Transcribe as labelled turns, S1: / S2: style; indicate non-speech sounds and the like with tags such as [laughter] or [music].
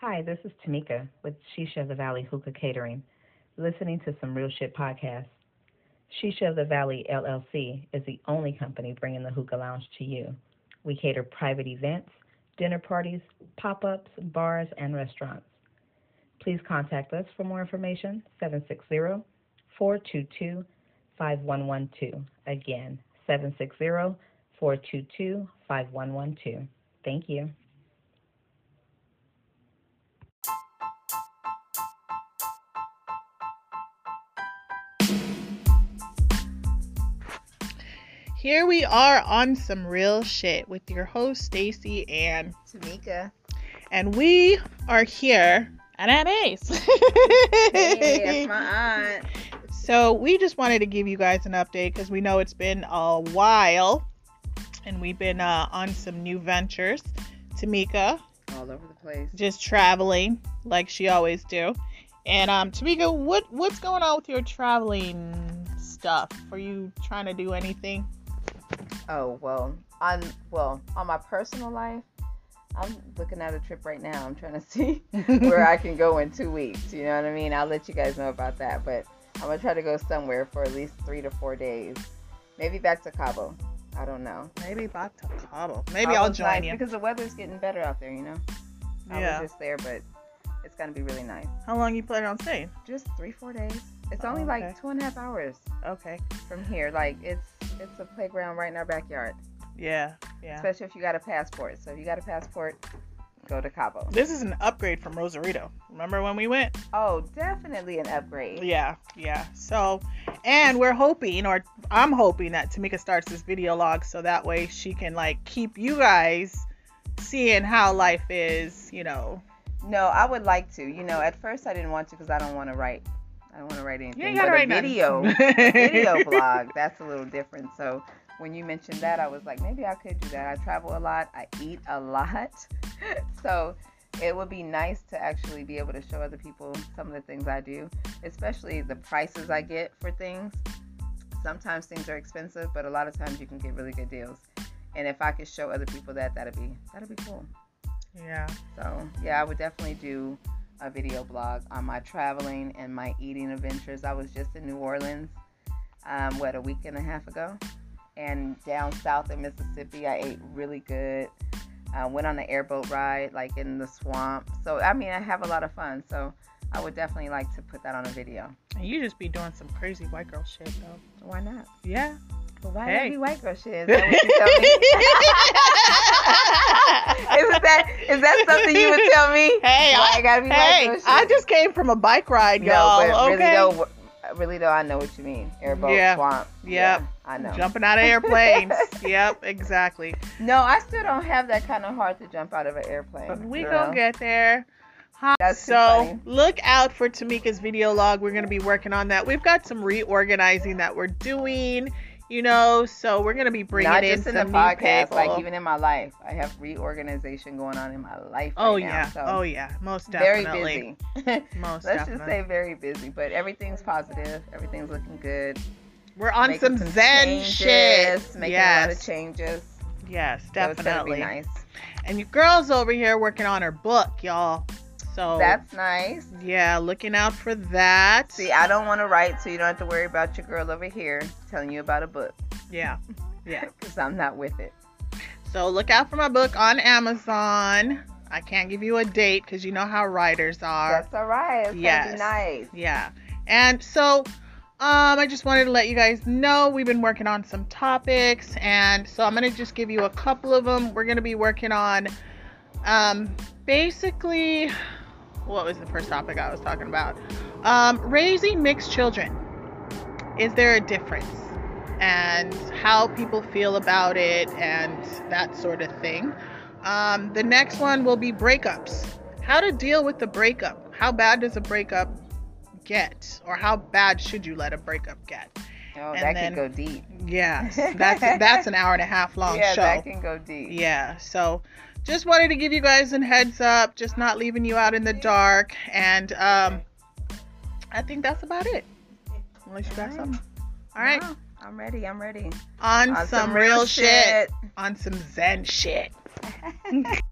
S1: Hi, this is Tamika with Shisha of the Valley Hookah Catering, listening to some real shit podcasts. Shisha of the Valley LLC is the only company bringing the hookah lounge to you. We cater private events, dinner parties, pop ups, bars, and restaurants. Please contact us for more information 760 422 5112. Again, 760 422 5112. Thank you.
S2: Here we are on some real shit with your host Stacy Ann,
S3: Tamika.
S2: and we are here at Aunt Ace.
S3: Hey,
S2: [laughs]
S3: that's my aunt.
S2: so we just wanted to give you guys an update because we know it's been a while, and we've been uh, on some new ventures. Tamika
S3: All over the place.
S2: just traveling like she always do, and um, Tamika, what what's going on with your traveling stuff? Are you trying to do anything?
S3: Oh well, on well on my personal life, I'm looking at a trip right now. I'm trying to [laughs] see where I can go in two weeks. You know what I mean? I'll let you guys know about that. But I'm gonna try to go somewhere for at least three to four days. Maybe back to Cabo. I don't know.
S2: Maybe back to Cabo. Maybe I'll
S3: Cabo's
S2: join
S3: nice
S2: you.
S3: because the weather's getting better out there. You know. I
S2: Yeah.
S3: was just there, but it's gonna be really nice.
S2: How long you plan on staying?
S3: Just three four days. It's
S2: Oh,
S3: only
S2: okay.
S3: like two and a half hours
S2: Okay.
S3: from here. Like it's it's a playground right in our backyard.
S2: Yeah. Yeah.
S3: especially if you got a passport. So if you got a passport, go to Cabo.
S2: This is an upgrade from Rosarito. Remember when we went?
S3: Oh, definitely an upgrade.
S2: Yeah. Yeah. So, and we're hoping, or I'm hoping that Tamika starts this video log so that way she can like keep you guys seeing how life is. You know.
S3: No, I would like to. You know, at first I didn't want to because I don't want to write. I don't want to write anything.
S2: ain't gotta
S3: but
S2: write
S3: a
S2: nothing.
S3: video, a
S2: [laughs]
S3: video blog. That's a little different. So when you mentioned that, I was like, maybe I could do that. I travel a lot. I eat a lot. [laughs] so it would be nice to actually be able to show other people some of the things I do, especially the prices I get for things. Sometimes things are expensive, but a lot of times you can get really good deals. And if I could show other people that, that'd be that'd be cool.
S2: Yeah.
S3: So yeah, I would definitely do a video blog on my traveling and my eating adventures. I was just in New Orleans, um, what a week and a half ago, and down south in Mississippi, I ate really good. I went on an airboat ride, like in the swamp. So I mean, I have a lot of fun. So I would definitely like to put that on a video.
S2: And you just be doing some crazy white girl shit though.
S3: Why not?
S2: Yeah.
S3: Well, why
S2: Hey.
S3: hey. be white girl shit? Is that what you tell
S2: [laughs]
S3: me? [laughs] is that is that something you would tell me?
S2: Hey,
S3: Why
S2: I,
S3: I gotta be white
S2: hey,
S3: girl shit?
S2: I just came from a bike ride, y'all.
S3: No, but
S2: okay.
S3: really though, really though, I know what you mean. Airboat
S2: Yeah.
S3: swamp.
S2: Yep.
S3: I know.
S2: Jumping out of
S3: [laughs]
S2: airplanes. yep, exactly.
S3: No, I still don't have that kind of heart to jump out of an airplane.
S2: But we
S3: you
S2: gonna
S3: know?
S2: get there. Huh?
S3: That's too
S2: so
S3: funny.
S2: look out for Tamika's video log. We're gonna be working on that. We've got some reorganizing that we're doing, you know. So we're gonna be bringing
S3: Not
S2: in
S3: just in
S2: some
S3: the
S2: new
S3: podcast,
S2: people.
S3: like even in my life, I have reorganization going on in my life.
S2: oh
S3: right now,
S2: yeah,
S3: so
S2: oh yeah, most
S3: [laughs] very
S2: definitely,
S3: busy. [laughs]
S2: most
S3: Let's just
S2: definitely.
S3: say very busy, but everything's positive. Everything's looking good.
S2: we're on
S3: Making
S2: some, Zen
S3: changes,
S2: shit.
S3: Making
S2: yes,
S3: a lot of changes.
S2: yes,
S3: So it's gonna
S2: definitely.
S3: be nice.
S2: And you girls over here working on her book, y'all. So
S3: That's nice.
S2: yeah, looking out for that.
S3: See, I don't want to write, so you don't have to worry about your girl over here telling you about a book
S2: yeah, yeah.
S3: because I'm not with it.
S2: So look out for my book on Amazon. I can't give you a date because you know how writers are.
S3: That's all right. It's
S2: Yes.
S3: gonna be nice.
S2: Yeah. And so um, I just wanted to let you guys know we've been working on some topics. And so I'm going to just give you a couple of them. We're going to be working on um, basically what was the first topic I was talking about? Um, raising mixed children. Is there a difference? And how people feel about it and that sort of thing. Um, the next one will be breakups. How to deal with the breakup. How bad does a breakup get? Or how bad should you let a breakup get?
S3: Oh,
S2: And
S3: that
S2: then-
S3: can go deep.
S2: Yes, [laughs] that's that's an hour and a half long
S3: yeah,
S2: show.
S3: that can go deep.
S2: Yeah, so just wanted to give you guys a heads up, just not leaving you out in the dark. And um, I think that's about it. Unless you got something. All right,
S3: No, I'm ready. I'm ready.
S2: on,
S3: On
S2: some, real shit, on some Zen shit.
S3: shit.